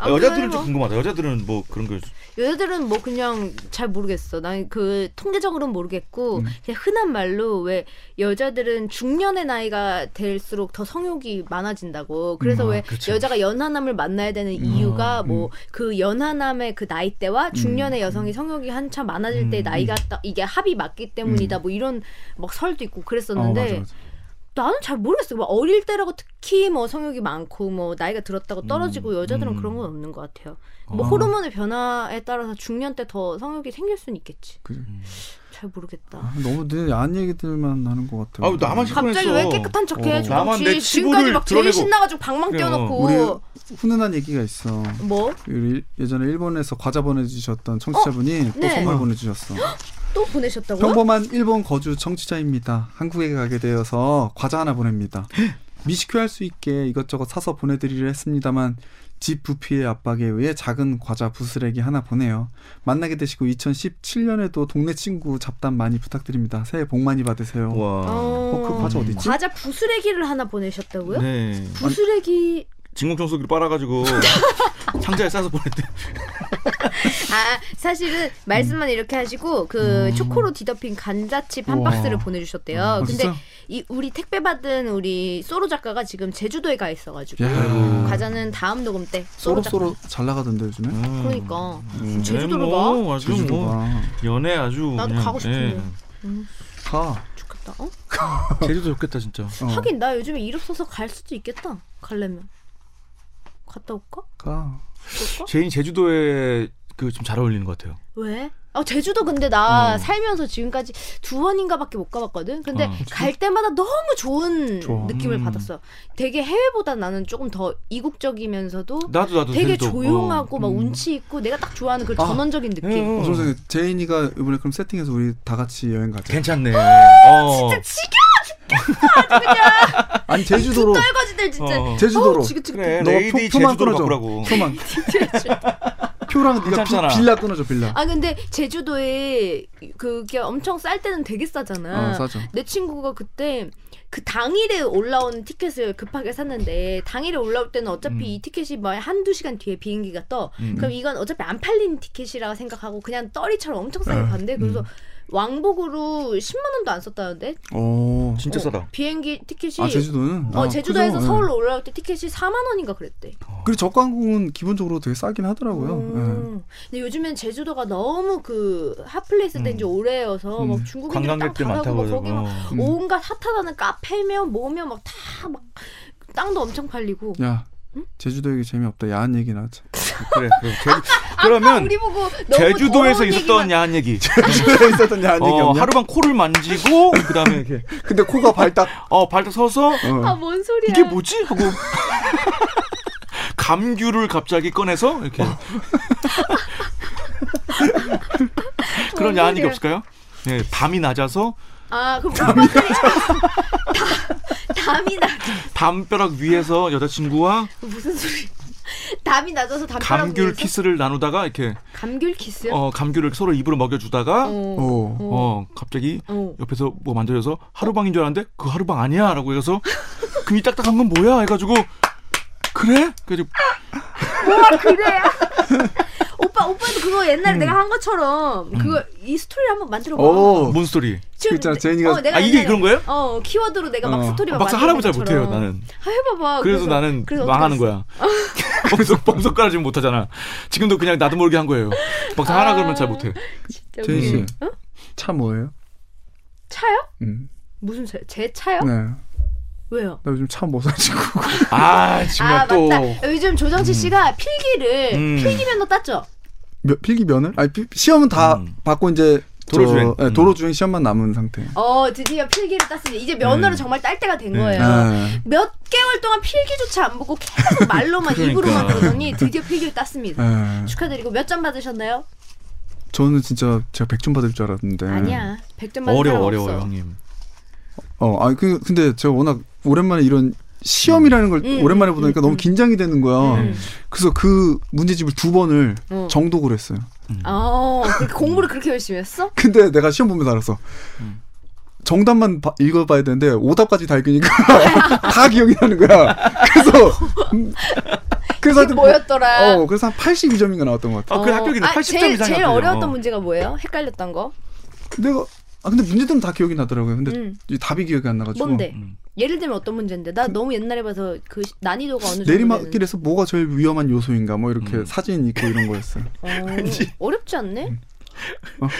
Speaker 3: 아, 여자들은
Speaker 1: 아무튼
Speaker 3: 좀
Speaker 1: 뭐.
Speaker 3: 궁금하다 여자들은 뭐 그런 거
Speaker 1: 여자들은 뭐 그냥 잘 모르겠어. 난 그 통계적으로는 모르겠고
Speaker 3: 음.
Speaker 1: 그냥 흔한 말로 왜 여자들은 중년의 나이가 될수록 더 성욕이 많아진다고. 그래서
Speaker 3: 음, 아,
Speaker 1: 왜
Speaker 3: 그쵸. 음,
Speaker 1: 여자가 연하남을 만나야 되는 이유가 뭐 그 연하남의 그 나이대와 중년의 여성이
Speaker 3: 음.
Speaker 1: 성욕이 한참 많아질 때 나이가 딱 이게 합이 맞기
Speaker 3: 음.
Speaker 1: 때문이다. 뭐 이런 막 설도 있고 그랬었는데
Speaker 2: 어, 맞아, 맞아.
Speaker 1: 나는 잘뭐 모르겠어. 막 어릴 때라고 특히 뭐 성욕이 많고 뭐 나이가 들었다고 떨어지고 여자들은
Speaker 3: 음.
Speaker 1: 그런 건 없는 것 같아요. 뭐
Speaker 2: 아.
Speaker 1: 호르몬의 변화에 따라서 중년 때 더 성욕이 생길 수는 있겠지.
Speaker 2: 그죠.
Speaker 1: 잘 모르겠다.
Speaker 2: 아, 너무 늘 야한 얘기들만 나는 것 같아요.
Speaker 3: 아우, 나만 싫어.
Speaker 1: 갑자기
Speaker 3: 그랬어.
Speaker 1: 왜 깨끗한 척해?
Speaker 2: 어.
Speaker 1: 지
Speaker 3: 나만 내
Speaker 1: 지금까지
Speaker 3: 치부를
Speaker 1: 막 제일
Speaker 3: 드러내고.
Speaker 1: 신나가지고 방망
Speaker 3: 그래,
Speaker 1: 띄워놓고
Speaker 2: 우리 훈훈한 얘기가 있어.
Speaker 1: 뭐?
Speaker 2: 우리 예전에 일본에서 과자 보내주셨던 청취자분이 또
Speaker 1: 네.
Speaker 2: 선물 보내주셨어.
Speaker 1: 또 보내셨다고요?
Speaker 2: 어? 평범한 일본 거주 청취자입니다. 한국에 가게 되어서 과자 하나 보냅니다. 미식회 할 수 있게 이것저것 사서 보내드리려 했습니다만 집 부피의 압박에 의해 작은 과자 부스레기 하나 보내요. 만나게 되시고 2017년에도 동네 친구 잡담 많이 부탁드립니다. 새해 복 많이 받으세요.
Speaker 3: 와
Speaker 1: 어,
Speaker 2: 어, 그 과자 어디 있지?
Speaker 1: 과자 부스레기를 하나 보내셨다고요?
Speaker 3: 네.
Speaker 1: 부스레기
Speaker 3: 진공청소기를 빨아가지고 상자에 싸서 보냈대
Speaker 1: 아 사실은 말씀만 이렇게 하시고 그 초코로 뒤덮인 간자칩 한
Speaker 2: 우와.
Speaker 1: 박스를 보내주셨대요.
Speaker 2: 아,
Speaker 1: 근데
Speaker 2: 진짜?
Speaker 1: 이 우리 택배 받은 우리 소로 작가가 지금 제주도에 가 있어가지고
Speaker 2: 야.
Speaker 1: 과자는 다음 녹음 때 소로 작가.
Speaker 2: 쏘로쏘로 잘 나가던데 요즘에?
Speaker 1: 그러니까
Speaker 3: 음,
Speaker 1: 제주도로
Speaker 3: 뭐, 아주 음, 뭐
Speaker 2: 제주도가
Speaker 3: 연애 아주
Speaker 1: 나도
Speaker 3: 그냥,
Speaker 1: 가고 싶은데.
Speaker 2: 가.
Speaker 1: 좋겠다. 어?
Speaker 3: 예. 제주도 좋겠다 진짜
Speaker 2: 어,
Speaker 1: 하긴 나 요즘에 일 없어서 갈 수도 있겠다. 갈려면 갔다 올까?
Speaker 2: 가.
Speaker 3: 어.
Speaker 1: 올까?
Speaker 3: 제인 제주도에 그 좀 잘 어울리는 것 같아요
Speaker 1: 왜? 아 제주도 근데 나
Speaker 3: 어.
Speaker 1: 살면서 지금까지 두 번인가밖에 못 가봤거든. 근데
Speaker 3: 어.
Speaker 1: 갈 때마다 너무 좋은
Speaker 2: 좋아.
Speaker 1: 느낌을
Speaker 3: 음.
Speaker 1: 받았어. 되게 해외보다 나는 조금 더 이국적이면서도
Speaker 3: 나도 나도
Speaker 1: 되게
Speaker 3: 제주도.
Speaker 1: 조용하고
Speaker 3: 어.
Speaker 1: 막 운치 있고 내가 딱 좋아하는 그
Speaker 2: 아.
Speaker 1: 전원적인 느낌.
Speaker 3: 어.
Speaker 2: 어, 선생님, 제인이가 이번에 그럼 세팅해서 우리 다 같이 여행 가자.
Speaker 3: 괜찮네 어.
Speaker 1: 진짜 지겨워
Speaker 2: 아니 제주도로
Speaker 1: 떨거지들 진짜.
Speaker 3: 어.
Speaker 2: 제주도로.
Speaker 1: 어우, 지긋지긋.
Speaker 3: 그래
Speaker 2: 너가
Speaker 3: 레이디
Speaker 2: 표, 만
Speaker 3: 제주도로
Speaker 2: 끊어줘.
Speaker 3: 바꾸라고. 음,
Speaker 2: 표만.
Speaker 1: 제주도.
Speaker 2: 표랑 네가
Speaker 3: 괜찮잖아.
Speaker 2: 비- 빌라 끊어줘 빌라.
Speaker 1: 아 근데 제주도에 그게 엄청 쌀 때는 되게 싸잖아.
Speaker 2: 어 싸죠.
Speaker 1: 내 친구가 그때 그 당일에 올라온 티켓을 급하게 샀는데 당일에 올라올 때는 어차피
Speaker 3: 음.
Speaker 1: 이 티켓이 뭐 한두 시간 뒤에 비행기가 떠.
Speaker 3: 음.
Speaker 1: 그럼 이건 어차피 안 팔린 티켓이라고 생각하고 그냥 떨이처럼 엄청 싸게
Speaker 2: 아,
Speaker 1: 봤는데 그래서
Speaker 2: 음.
Speaker 1: 왕복으로 10만 원도 안 썼다는데
Speaker 2: 오.
Speaker 3: 진짜
Speaker 1: 어,
Speaker 3: 싸다.
Speaker 1: 비행기 티켓이
Speaker 2: 아 제주도는.
Speaker 1: 어
Speaker 2: 아,
Speaker 1: 제주도에서
Speaker 2: 그죠?
Speaker 1: 서울로 올라올 때 티켓이 4만 원인가 그랬대.
Speaker 2: 예. 그리고 저가항공은 기본적으로 되게 싸긴 하더라고요. 예.
Speaker 1: 음. 근데 요즘엔 제주도가 너무 그 핫플레이스 된지 오래여서
Speaker 2: 음.
Speaker 1: 막 중국인들
Speaker 3: 관광객들
Speaker 1: 땅다 사고 뭐
Speaker 3: 많다고
Speaker 1: 막 거기 막
Speaker 3: 어.
Speaker 2: 음.
Speaker 1: 온갖 핫하다는 카페며 뭐며 막 다 막 땅도 엄청 팔리고
Speaker 2: 예.
Speaker 3: 음.
Speaker 2: 야 제주도 얘기 재미없다. 야한 얘기나 하자.
Speaker 3: 그래. 그럼 제주, 그러면
Speaker 1: 우리 보고 너무
Speaker 3: 제주도에서
Speaker 1: 더러운
Speaker 3: 있었던
Speaker 1: 얘기만-
Speaker 3: 야한 얘기.
Speaker 2: 제주도에 있었던 야한 얘기
Speaker 3: 어,
Speaker 2: 없냐?
Speaker 3: 하루만 코를 만지고 그다음에 이렇게
Speaker 2: 근데 코가 발딱.
Speaker 3: 어 발딱 서서
Speaker 2: 어.
Speaker 1: 아, 뭔 소리야.
Speaker 3: 이게 뭐지 하고 감귤을 갑자기 꺼내서 이렇게
Speaker 1: 어.
Speaker 3: 그런
Speaker 1: 뭔
Speaker 3: 야한 얘기
Speaker 1: 소리야.
Speaker 3: 없을까요? 네, 밤이 낮아서
Speaker 1: 아, 그럼 오빠들이 다- 담이 나
Speaker 3: 담벼락 위에서 여자친구와
Speaker 1: 무슨 소리? 담이 낮아서 담벼락
Speaker 3: 감귤
Speaker 1: 위에서?
Speaker 3: 키스를 나누다가 이렇게
Speaker 1: 감귤 키스요?
Speaker 3: 어 감귤을 서로 입으로 먹여주다가
Speaker 1: 예?
Speaker 3: 어,
Speaker 1: 어.
Speaker 2: 오.
Speaker 3: 갑자기
Speaker 1: 어.
Speaker 3: 옆에서 뭐 만져줘서 하루방인 줄 알았는데 그 하루방 아니야라고 해서 그이 딱딱한 건 뭐야 해가지고 그래? 그래가지고
Speaker 1: 아, 그래요? 오빠 오빠도 그거
Speaker 3: 음.
Speaker 1: 옛날에 내가 한 것처럼 그거 이 스토리 한번 만들어 봐.
Speaker 2: 오.
Speaker 3: 뭔 스토리?
Speaker 1: 지금
Speaker 2: 있잖아, 제인이가-
Speaker 1: 내가
Speaker 3: 아, 이게
Speaker 1: 옛날에-
Speaker 3: 그런 거예요?
Speaker 1: 어 키워드로 내가 막
Speaker 2: 어.
Speaker 1: 스토리 막
Speaker 3: 막상
Speaker 1: 만드는
Speaker 3: 하라고 잘 못해요
Speaker 1: 것처럼.
Speaker 3: 나는.
Speaker 1: 아, 해봐봐.
Speaker 3: 그래서, 나는
Speaker 1: 그래서
Speaker 3: 망하는
Speaker 1: 어떡하지?
Speaker 3: 거야. 범석 범석 깔아주면 못하잖아. 지금도 그냥 나도 모르게 한 거예요. 막상 하라
Speaker 1: 아.
Speaker 3: 그러면 잘 못해.
Speaker 1: 진짜
Speaker 2: 제인 씨.
Speaker 1: 웃기네.
Speaker 2: 차 뭐예요?
Speaker 1: 차요?
Speaker 2: 음.
Speaker 1: 무슨 차? 제 차요?
Speaker 3: 음.
Speaker 2: 네. 나
Speaker 1: 왜요?
Speaker 2: 요즘 차 못 사지고.
Speaker 3: 아 정말
Speaker 1: 아
Speaker 3: 또
Speaker 1: 맞다. 요즘 조정치 씨가 필기를
Speaker 3: 음.
Speaker 1: 필기 면허 땄죠?
Speaker 2: 면- 필기 면을? 아니 필- 시험은 다
Speaker 3: 음.
Speaker 2: 받고 이제
Speaker 3: 도로주행.
Speaker 2: 저, 예,
Speaker 3: 음.
Speaker 2: 도로주행 시험만 남은 상태.
Speaker 1: 어 드디어 필기를 땄습니다. 이제 면허를
Speaker 3: 음.
Speaker 1: 정말 딸 때가 된
Speaker 3: 네.
Speaker 1: 거예요.
Speaker 2: 예.
Speaker 1: 몇 개월 동안 필기조차 안 보고 계속 말로만
Speaker 3: 그러니까. 음.
Speaker 1: 입으로만 그러더니 드디어 필기를 땄습니다.
Speaker 2: 예.
Speaker 1: 축하드리고 몇 점 받으셨나요?
Speaker 2: 저는 진짜 제가 100점 받을 줄 알았는데.
Speaker 1: 아니야. 100점 받은 사람
Speaker 3: 음. 어려워
Speaker 1: 없어.
Speaker 3: 어려워요 형님.
Speaker 2: 어, 아니 그 근데 제가 워낙 오랜만에 이런 시험이라는 걸
Speaker 1: 음,
Speaker 2: 오랜만에
Speaker 1: 음,
Speaker 2: 보니까
Speaker 1: 음,
Speaker 2: 너무
Speaker 1: 음.
Speaker 2: 긴장이 되는 거야.
Speaker 1: 음.
Speaker 2: 그래서 그 문제집을 두 번을
Speaker 1: 어.
Speaker 2: 정독을 했어요.
Speaker 3: 음.
Speaker 1: 어, 그렇게 공부를 그렇게 열심히 했어?
Speaker 2: 근데 내가 시험 보면서 알았어.
Speaker 3: 음.
Speaker 2: 정답만 봐- 읽어봐야 되는데 오답까지 다 읽으니까 다 기억이 나는 거야. 그래서 음, 그래서
Speaker 1: 이게
Speaker 2: 하여튼
Speaker 1: 뭐였더라?
Speaker 2: 어, 그래서 한 82점인가 나왔던 것 같아.
Speaker 3: 아, 그 합격이네.
Speaker 1: 아,
Speaker 3: 80점
Speaker 1: 제일,
Speaker 3: 이상
Speaker 1: 제일
Speaker 3: 합격이네.
Speaker 1: 어려웠던
Speaker 3: 어.
Speaker 1: 문제가 뭐예요? 헷갈렸던 거?
Speaker 2: 내가 아 근데 문제들은 다 기억이 나더라고요. 근데
Speaker 1: 음.
Speaker 2: 이 답이 기억이 안 나가지고.
Speaker 1: 뭔데?
Speaker 3: 음.
Speaker 1: 예를 들면 어떤 문제인데 나 너무 옛날에 봐서 그 시- 난이도가 어느 정도
Speaker 2: 내리막길에서 뭐가 제일 위험한 요소인가 뭐 이렇게
Speaker 3: 음.
Speaker 2: 사진 있고 이런 거였어요.
Speaker 1: 되는지. 어, 어렵지 않네?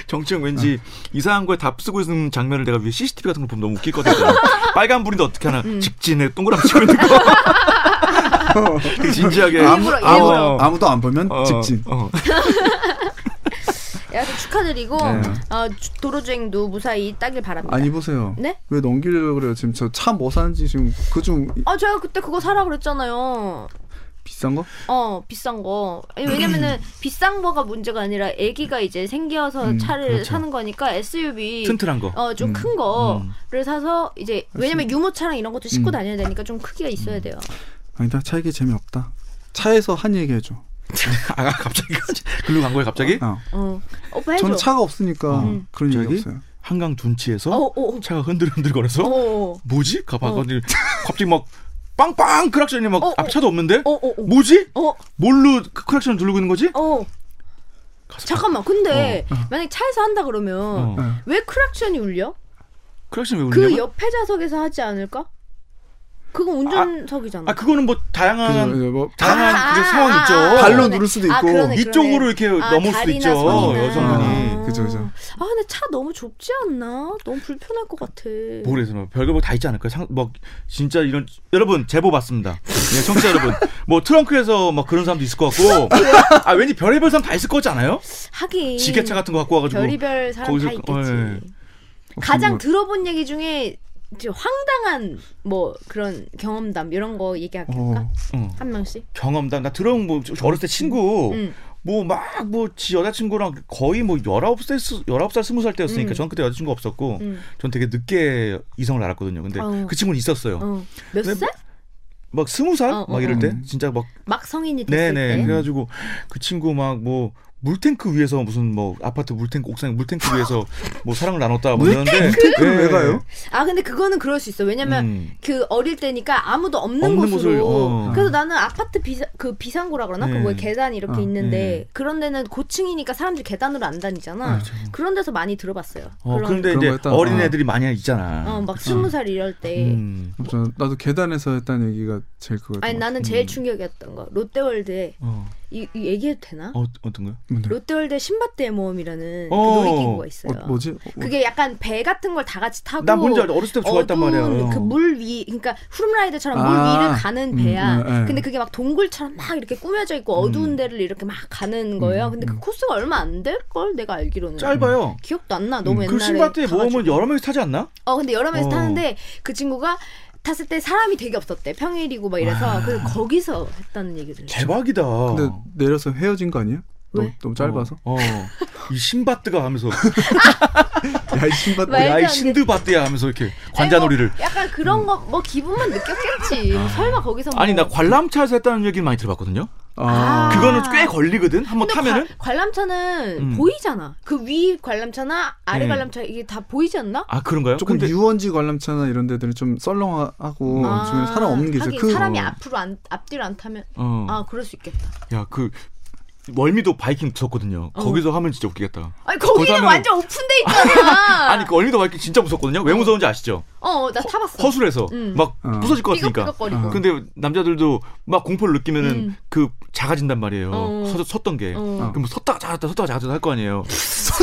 Speaker 3: 정치형 왠지 이상한 거에 답 쓰고 있는 장면을 내가 위에 CCTV 같은 걸 보면 너무 웃기거든요. 빨간 불인데 어떻게 하나 직진에 동그라미 치고 있는 거. 되게 진지하게
Speaker 1: 일부러,
Speaker 3: 아무-
Speaker 1: 일부러.
Speaker 3: 아무-
Speaker 2: 아무도 안 보면
Speaker 3: 어,
Speaker 2: 직진.
Speaker 3: 어.
Speaker 1: 여하튼 축하드리고
Speaker 2: 네.
Speaker 1: 어, 주- 도로주행도 무사히 따길 바랍니다.
Speaker 2: 아니 보세요.
Speaker 1: 네?
Speaker 2: 왜 넘기려고 그래요? 지금 저 차 뭐 사는지 지금 그 좀
Speaker 1: 아 제가 그때 그거 사라 그랬잖아요.
Speaker 2: 비싼 거?
Speaker 1: 어 비싼 거 아니, 왜냐면은 비싼 거가 문제가 아니라 아기가 이제 생겨서
Speaker 2: 음,
Speaker 1: 차를
Speaker 3: 그렇죠.
Speaker 1: 사는 거니까 SUV
Speaker 3: 튼튼한 거.
Speaker 1: 어 좀 큰 거를 사서 이제 왜냐면 유모차랑 이런 것도 싣고 다녀야 되니까 좀 크기가 있어야 돼요.
Speaker 2: 아니다 차 얘기 재미없다. 차에서 한 얘기 해줘.
Speaker 3: 아 갑자기 글로 간 거예요 갑자기?
Speaker 2: 어.
Speaker 1: 어 오빠 해줘. 어.
Speaker 2: 저는 차가 없으니까
Speaker 3: 음.
Speaker 2: 그런 얘기
Speaker 3: 저기?
Speaker 2: 없어요.
Speaker 3: 한강 둔치에서
Speaker 1: 어어어
Speaker 3: 차가 흔들흔들 거려서
Speaker 1: 어어어
Speaker 3: 뭐지? 가봐.
Speaker 1: 어.
Speaker 3: 근데 갑자기 막 빵빵 크락션이 막
Speaker 1: 어, 어.
Speaker 3: 앞차도 없는데
Speaker 1: 어어어
Speaker 3: 뭐지?
Speaker 1: 어,
Speaker 3: 뭘로 그 크- 크락션을 누르고 있는 거지?
Speaker 1: 어.
Speaker 3: 가서
Speaker 1: 잠깐만 근데 만약에 차에서 한다 그러면
Speaker 3: 어.
Speaker 2: 어.
Speaker 1: 왜 크락션이 울려?
Speaker 3: 크락션 왜
Speaker 1: 그
Speaker 3: 울리냐고?
Speaker 1: 옆에 좌석에서 하지 않을까? 그건 운전석이잖아.
Speaker 3: 아 그거는 뭐 다양한
Speaker 2: 그죠? 이제 뭐
Speaker 3: 다양한
Speaker 1: 아,
Speaker 3: 그게
Speaker 1: 아,
Speaker 3: 상황이
Speaker 1: 아,
Speaker 3: 있죠.
Speaker 1: 아,
Speaker 2: 발로
Speaker 1: 그러네.
Speaker 2: 누를 수도
Speaker 1: 아,
Speaker 2: 있고.
Speaker 1: 그러네,
Speaker 3: 이쪽으로
Speaker 1: 그러네.
Speaker 3: 이렇게
Speaker 1: 아,
Speaker 3: 넘을 수도
Speaker 1: 다리나
Speaker 3: 있죠. 어,
Speaker 1: 손이나.
Speaker 3: 여성분이.
Speaker 1: 아.
Speaker 2: 그죠, 그죠.
Speaker 1: 아 근데 차 너무 좁지 않나? 너무 불편할 것 같아.
Speaker 3: 모르겠어. 뭐 별거 뭐 다 있지 않을까요? 상, 뭐 진짜 이런 여러분 제보 받습니다. 네, 청취자 여러분. 뭐 트렁크에서 막 그런 사람도 있을 것 같고. 아 왠지 별의별 사람 다 있을 것 같지 않아요?
Speaker 1: 하긴
Speaker 3: 지게차 같은 거 갖고 와가지고.
Speaker 1: 예. 별의별 사람
Speaker 3: 거기서-
Speaker 1: 다 있겠지.
Speaker 3: 어, 예.
Speaker 1: 가장
Speaker 2: 뭐-
Speaker 1: 들어본 얘기 중에 이제 황당한 뭐 그런 경험담 이런 거 얘기할까?
Speaker 2: 어.
Speaker 3: 어.
Speaker 1: 한 명씩.
Speaker 3: 경험담 나 들어온 뭐 저- 저 어렸을 때 친구
Speaker 1: 음.
Speaker 3: 뭐 막 뭐 지 여자친구랑 거의 뭐 19살, 스- 19살, 20살 때였으니까
Speaker 1: 음.
Speaker 3: 전 그때 여자친구 없었고
Speaker 1: 음.
Speaker 3: 전 되게 늦게 이성을 알았거든요. 근데
Speaker 1: 어.
Speaker 3: 그 친구는 있었어요.
Speaker 1: 어. 몇
Speaker 3: 네,
Speaker 1: 살?
Speaker 3: 막 스무 살?
Speaker 1: 어, 어,
Speaker 3: 막 이럴
Speaker 2: 어.
Speaker 3: 때? 진짜 막
Speaker 1: 막 성인이 됐을
Speaker 3: 네네.
Speaker 1: 때.
Speaker 3: 그래가지고 그 친구 막 뭐 물탱크 위에서 무슨 뭐 아파트 물탱크 옥상 물탱크 위에서 뭐 사랑을 나눴다 뭐 이러는데
Speaker 2: 물탱크를 왜 가요?
Speaker 1: 아 근데 그거는 그럴 수 있어. 왜냐면
Speaker 3: 음.
Speaker 1: 그 어릴 때니까 아무도 없는,
Speaker 3: 없는 곳을,
Speaker 1: 곳으로.
Speaker 3: 어.
Speaker 1: 그래서 나는 아파트 비상 그 비상구라 그러나
Speaker 3: 네.
Speaker 1: 그뭐 계단 이렇게
Speaker 2: 어,
Speaker 1: 있는데
Speaker 3: 네. 그렇죠.
Speaker 1: 그런 데는 고층이니까 사람들이 계단으로 안 다니잖아. 그런 데서 많이 들어봤어요.
Speaker 3: 어,
Speaker 1: 그런
Speaker 3: 그런데 이제
Speaker 2: 그런 거였다.
Speaker 3: 어린 애들이 많이 있잖아.
Speaker 1: 어막 뭐, 예. 스무 살 이럴 때.
Speaker 3: 음.
Speaker 2: 저- 나도 계단에서 했다는 얘기가 제일 그거였던
Speaker 1: 아니
Speaker 2: 것 같아요.
Speaker 1: 나는
Speaker 3: 음.
Speaker 1: 제일 충격이었던 거 롯데월드에
Speaker 3: 어.
Speaker 1: 이, 이 얘기해도 되나?
Speaker 3: 어, 어떤 거요?
Speaker 2: 뭔데?
Speaker 1: 롯데월드에 신밧드의 모험이라는
Speaker 3: 어.
Speaker 1: 그 놀이기구가 있어요.
Speaker 2: 어, 뭐지? 어,
Speaker 1: 그게 약간 배 같은 걸 다 같이 타고
Speaker 3: 나 뭔지 알아. 어렸을 때 좋아했단 말이야.
Speaker 1: 그물 위, 그러니까 후룸라이드처럼
Speaker 2: 아,
Speaker 1: 물 위를 가는
Speaker 2: 음,
Speaker 1: 배야.
Speaker 2: 음, 네.
Speaker 1: 근데 그게 막 동굴처럼 막 이렇게 꾸며져 있고 어두운
Speaker 3: 음.
Speaker 1: 데를 이렇게 막 가는 거예요. 근데 그 코스가 얼마 안 될 걸 내가 알기로는.
Speaker 3: 짧아요.
Speaker 1: 기억도 안 나. 음. 너무 옛날에.
Speaker 3: 그 신밧드의
Speaker 1: 가가지고.
Speaker 3: 모험은 여러 명이 타지 않나?
Speaker 1: 어 근데 여러 명이서
Speaker 3: 어.
Speaker 1: 타는데 그 친구가 탔을 때 사람이 되게 없었대. 평일이고 막 이래서 그래서 거기서 했다는 얘기를.
Speaker 3: 아. 대박이다.
Speaker 2: 근데 내려서 헤어진 거 아니에요? 너무,
Speaker 1: 왜?
Speaker 2: 너무 짧아서?
Speaker 3: 어, 어. 이 신밧드가 하면서
Speaker 2: 어. 야이 신발
Speaker 1: 왜? 말도
Speaker 3: 야이
Speaker 1: 안 돼.
Speaker 3: 신드밧드야 하면서 이렇게 관자놀이를
Speaker 1: 아니, 뭐 약간 그런 거 뭐 기분만 느꼈겠지. 설마 거기서 뭐
Speaker 3: 아니 나 관람차에서 했다는 얘기는 많이 들어봤거든요.
Speaker 2: 아,
Speaker 1: 아.
Speaker 3: 그거는 꽤 걸리거든.
Speaker 1: 근데
Speaker 3: 한번 뭐 타면은
Speaker 1: 관- 관람차는
Speaker 3: 음.
Speaker 1: 보이잖아. 그 위 관람차나 아래
Speaker 3: 네.
Speaker 1: 관람차 이게 다 보이지 않나?
Speaker 3: 아 그런가요?
Speaker 2: 조금
Speaker 3: 근데
Speaker 2: 유원지 관람차나 이런 데들은 좀 썰렁하고
Speaker 1: 아,
Speaker 2: 주변에 사람 없는 게 있어요.
Speaker 1: 하긴
Speaker 2: 그
Speaker 1: 사람이
Speaker 2: 어.
Speaker 1: 앞으로 안 앞뒤로 안 타면
Speaker 3: 어.
Speaker 1: 아 그럴 수 있겠다.
Speaker 3: 야 그 월미도 바이킹 무섭거든요.
Speaker 1: 어.
Speaker 3: 거기서 하면 진짜 웃기겠다.
Speaker 1: 아니
Speaker 3: 거기서
Speaker 1: 거기는
Speaker 3: 하면은-
Speaker 1: 완전 오픈돼 있잖아. 어.
Speaker 3: 아니 그 월미도 바이킹 진짜 무섭거든요. 왜 무서운지 아시죠?
Speaker 1: 어나 타봤어.
Speaker 3: 허술해서
Speaker 1: 음.
Speaker 3: 막
Speaker 2: 어.
Speaker 3: 부서질 것 같으니까.
Speaker 1: 삐걱삐걱거리고.
Speaker 2: 어.
Speaker 3: 근데 남자들도 막 공포를 느끼면은
Speaker 1: 음.
Speaker 3: 그 작아진단 말이에요.
Speaker 1: 어.
Speaker 3: 서, 섰던 게.
Speaker 1: 어.
Speaker 3: 그럼 뭐 섰다가 작았다 섰다가 작았다 할 거 아니에요.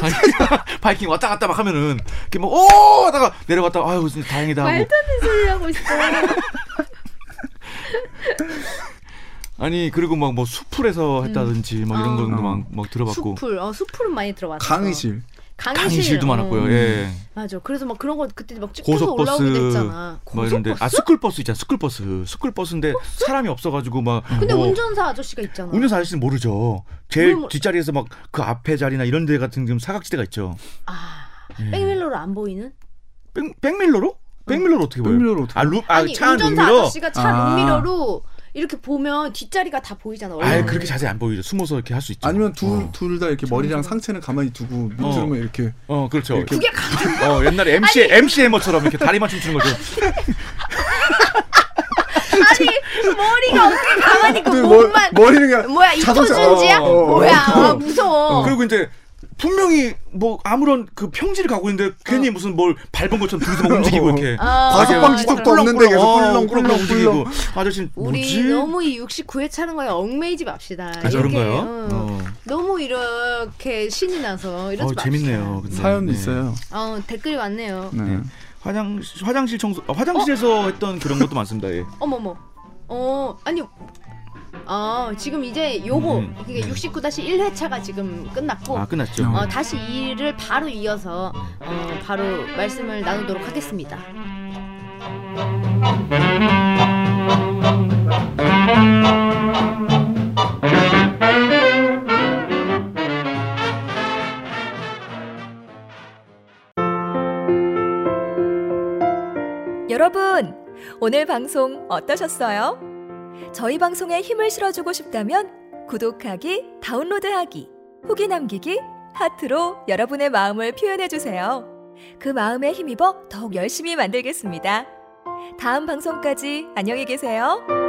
Speaker 3: 아니, 바이킹 왔다 갔다 막 하면은 이렇게 막오 하다가 내려갔다 아유 진짜 다행이다 뭐. 하고
Speaker 1: 말도 안 되는 소리 하고 있어.
Speaker 3: 아니 그리고 막 뭐 수풀에서 했다든지 막 이런
Speaker 1: 어.
Speaker 3: 것도
Speaker 2: 어.
Speaker 3: 막, 막 들어봤고
Speaker 1: 수풀, 어 수풀은 많이 들어봤어.
Speaker 2: 강의실.
Speaker 1: 강의실.
Speaker 3: 강의실도
Speaker 1: 어.
Speaker 3: 많았고요. 예.
Speaker 1: 맞아. 그래서 막 그런 거 그때 막 찍혀서
Speaker 3: 고속버스
Speaker 1: 올라오기도 했잖아.
Speaker 3: 뭐 이런데
Speaker 1: 고속버스.
Speaker 3: 아 스쿨버스 있잖아 스쿨버스 스쿨버스인데 사람이 없어가지고 막
Speaker 1: 음. 근데 뭐
Speaker 3: 뭐,
Speaker 1: 운전사 아저씨가 있잖아.
Speaker 3: 운전사 아저씨는 모르죠 제일
Speaker 1: 왜 모르-
Speaker 3: 뒷자리에서 막 그 앞에 자리나 이런 데 같은 지금 사각지대가 있죠
Speaker 1: 아
Speaker 3: 예.
Speaker 1: 백밀러로 안 보이는?
Speaker 3: 백, 백밀러로 백밀러로 어떻게 보여요
Speaker 2: 백밀러로 어떻게
Speaker 1: 아니
Speaker 3: 아루아차
Speaker 1: 운전사
Speaker 3: 룸밀러
Speaker 1: 아저씨가 차
Speaker 2: 아.
Speaker 1: 롱미러로 이렇게 보면 뒷자리가 다 보이잖아.
Speaker 3: 아
Speaker 1: 원래는.
Speaker 3: 그렇게 자세히 안 보이죠 숨어서 이렇게 할 수 있죠
Speaker 2: 아니면 둘
Speaker 3: 어,
Speaker 2: 둘 다 이렇게 머리랑
Speaker 1: 정말.
Speaker 2: 상체는 가만히 두고 밑으로만
Speaker 3: 어.
Speaker 2: 이렇게
Speaker 3: 어, 그렇죠
Speaker 1: 그게 가-
Speaker 3: 어 옛날에 MC MC 해머처럼 이렇게 다리만 춤추는 거죠
Speaker 1: 아니 머리가 어떻게 가만히 있고
Speaker 2: 근데
Speaker 1: 몸만
Speaker 2: 머, 머리는 그냥
Speaker 1: 뭐야
Speaker 2: 자동차-
Speaker 1: 이토준지야?
Speaker 3: 어, 어,
Speaker 1: 뭐야 아,
Speaker 2: 어.
Speaker 1: 무서워.
Speaker 3: 그리고 이제 분명히 뭐 아무런 그 평지를 가고 있는데 괜히 무슨 뭘 밟은 것처럼 둘이서 막 움직이고 이렇게
Speaker 1: 어. 아,
Speaker 2: 과속방지턱도
Speaker 1: 맞아.
Speaker 2: 또 없는데 계속
Speaker 3: 어,
Speaker 2: 꿀렁꿀렁
Speaker 3: 움직이고 아저씨
Speaker 1: 우리
Speaker 3: 뭐지? 어,
Speaker 1: 너무 이 69회 차는 거에 얽매이지 맙시다.
Speaker 3: 아, 그런가요?
Speaker 1: 응.
Speaker 3: 어.
Speaker 1: 너무 이렇게 신이 나서 이러지
Speaker 3: 어,
Speaker 1: 맙시다.
Speaker 3: 재밌네요. 근데.
Speaker 2: 사연도
Speaker 3: 네.
Speaker 2: 있어요.
Speaker 1: 어 댓글이 왔네요.
Speaker 2: 네.
Speaker 3: 네. 화장 화장실 청소 아,
Speaker 1: 어?
Speaker 3: 화장실에서 했던 그런 것도 많습니다. 예.
Speaker 1: 어머머. 어, 아니. 아, 지금 이제 요거
Speaker 3: 음.
Speaker 1: 그게 69-1회차가 지금 끝났고
Speaker 3: 아 끝났죠.
Speaker 1: 어, 다시 이를 바로 이어서 어, 바로 말씀을 나누도록 하겠습니다.
Speaker 4: 여러분, 오늘 방송 어떠셨어요? 저희 방송에 힘을 실어주고 싶다면 구독하기, 다운로드하기, 후기 남기기, 하트로 여러분의 마음을 표현해주세요. 그 마음에 힘입어 더욱 열심히 만들겠습니다. 다음 방송까지 안녕히 계세요.